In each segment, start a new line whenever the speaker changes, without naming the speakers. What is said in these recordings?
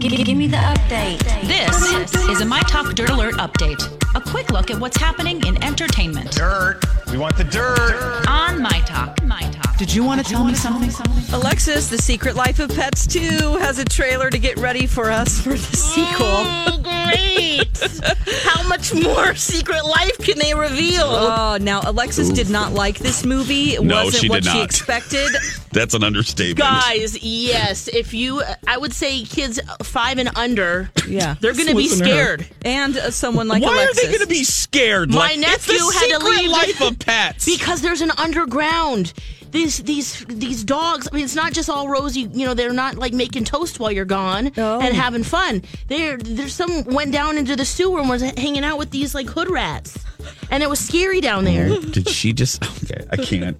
Give, give me the update.
This is a My Talk Dirt Alert update. A quick look at what's happening in entertainment.
Dirt. We want the dirt.
On My Talk. My Talk.
Did you want to tell me something?
Alexis, The Secret Life of Pets 2 has a trailer to get ready for us for the sequel.
Oh, great. How much more secret life can they reveal?
Oh, now Alexis did not like this movie. It
No,
wasn't
she
what
did
she
not.
expected.
That's an understatement.
Guys, yes. If you, I would say kids five and under,
Yeah.
they're going to be
Listen to her.
scared
And uh, someone like
Why
Alexis.
are they going to be scared?
My
like, it's the
nephew had to
secret
leave-
life of pets.
because there's an underground. These these these dogs. I mean, it's not just all rosy. You know, they're not like making toast while you're gone
Oh.
and having fun. There, there's some went down into the sewer and was hanging out with these like hood rats, and it was scary down there.
Did she just? Okay, I can't.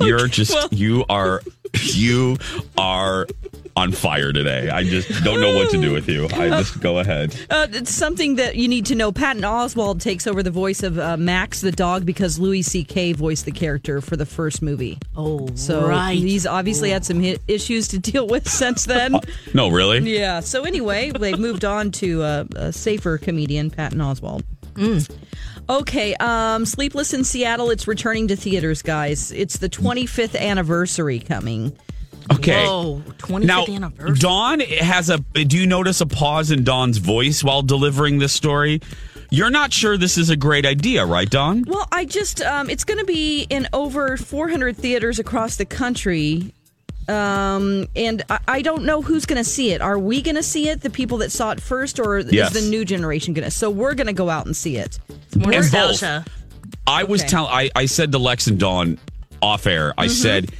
You're just. you are. You are on fire today. I just don't know what to do with you. I just go ahead.
Uh, it's something that you need to know. Patton Oswald takes over the voice of uh, Max the dog because Louis C.K. voiced the character for the first movie.
Oh,
So he's obviously had some hit issues to deal with since then.
No, really.
Yeah. So anyway, they've moved on to uh, a safer comedian, Patton Oswald. Okay, um, Sleepless in Seattle. It's returning to theaters, guys. It's the 25th anniversary coming.
Okay.
Whoa, 25th
Now,
anniversary.
Dawn has a. Do you notice a pause in Dawn's voice while delivering this story? You're not sure this is a great idea, right, Dawn?
Well, I just um, it's going to be in over 400 theaters across the country. Um, and I, I don't know who's going to see it. Are we going to see it? The people that saw it first, or
Yes.
is the new generation going to? So we're going to go out and see it.
More
And
nostalgia.
I was
Okay. Mm-hmm.
telling. I I said to Lex and Dawn off air. I said,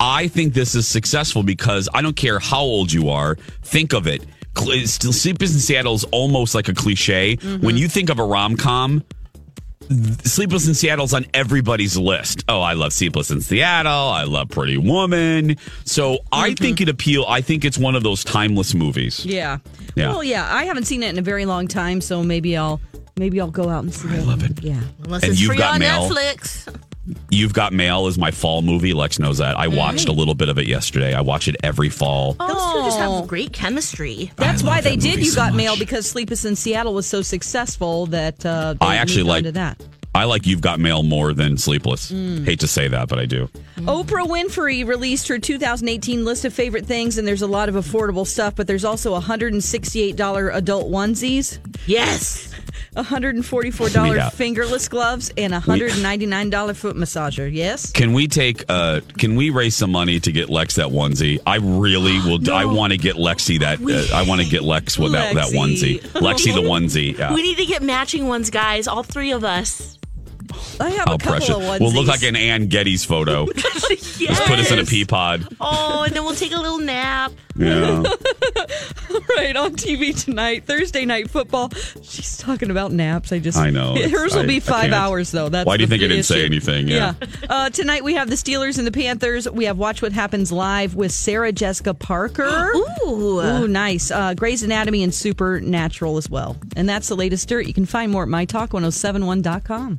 I think this is successful because I don't care how old you are. Think of it. Cl- it's Still, Sleepless in Seattle is almost like a cliche.
Mm-hmm.
When you think of a rom com. Sleepless in Seattle's on everybody's list. Oh, I love Sleepless in Seattle. I love Pretty Woman. So I think it appeal. I think it's one of those timeless movies.
Mm-hmm. Yeah.
Yeah.
Well, yeah. I haven't seen it in a very long time, so maybe I'll maybe I'll go out and see it. I
love it.
Yeah.
Unless
And
it's
you've
free
got
on
mail.
Netflix.
You've Got Mail is my fall movie. Lex knows that. I watched a little bit of it yesterday. I watch it every fall.
Those two just
Oh.
have great chemistry.
That's why
love
they
that
did
movie
You
so
Got Mail
much.
because Sleepless in Seattle was so successful that uh, they
I actually
moved on
like
to that.
I like You've Got Mail more than Sleepless.
Mm.
Hate to say that, but I do.
Oprah Winfrey released her 2018 list of favorite things, and there's a lot of affordable stuff, but there's also $168 adult onesies,
Yes.
$144
Yeah.
fingerless gloves, and $199 foot massager. Yes?
Can we take uh can we raise some money to get Lex that onesie? I really will I want to get Lexi that uh, I want to get Lex with that, that
Lexi.
onesie. Lexi the onesie. Yeah.
We need to get matching ones, guys. All three of us.
I have
How
a couple
precious.
of onesies.
We'll look like an Ann Getty's photo.
yes.
Just put us in a pea pod.
Oh, and then we'll take a little nap.
Yeah.
right on TV tonight, Thursday night football. She's talking about naps. I just
I know.
hers
It's-
will
I-
be
I
five
can't.
hours though. That's
Why do you
the
think I didn't say
issue.
anything? Yeah.
Uh, tonight we have the Steelers and the Panthers. We have Watch What Happens live with Sarah Jessica Parker.
Ooh.
Ooh, nice. Uh, Grey's Anatomy and Supernatural as well. And that's the latest dirt. You can find more at mytalk1071.com.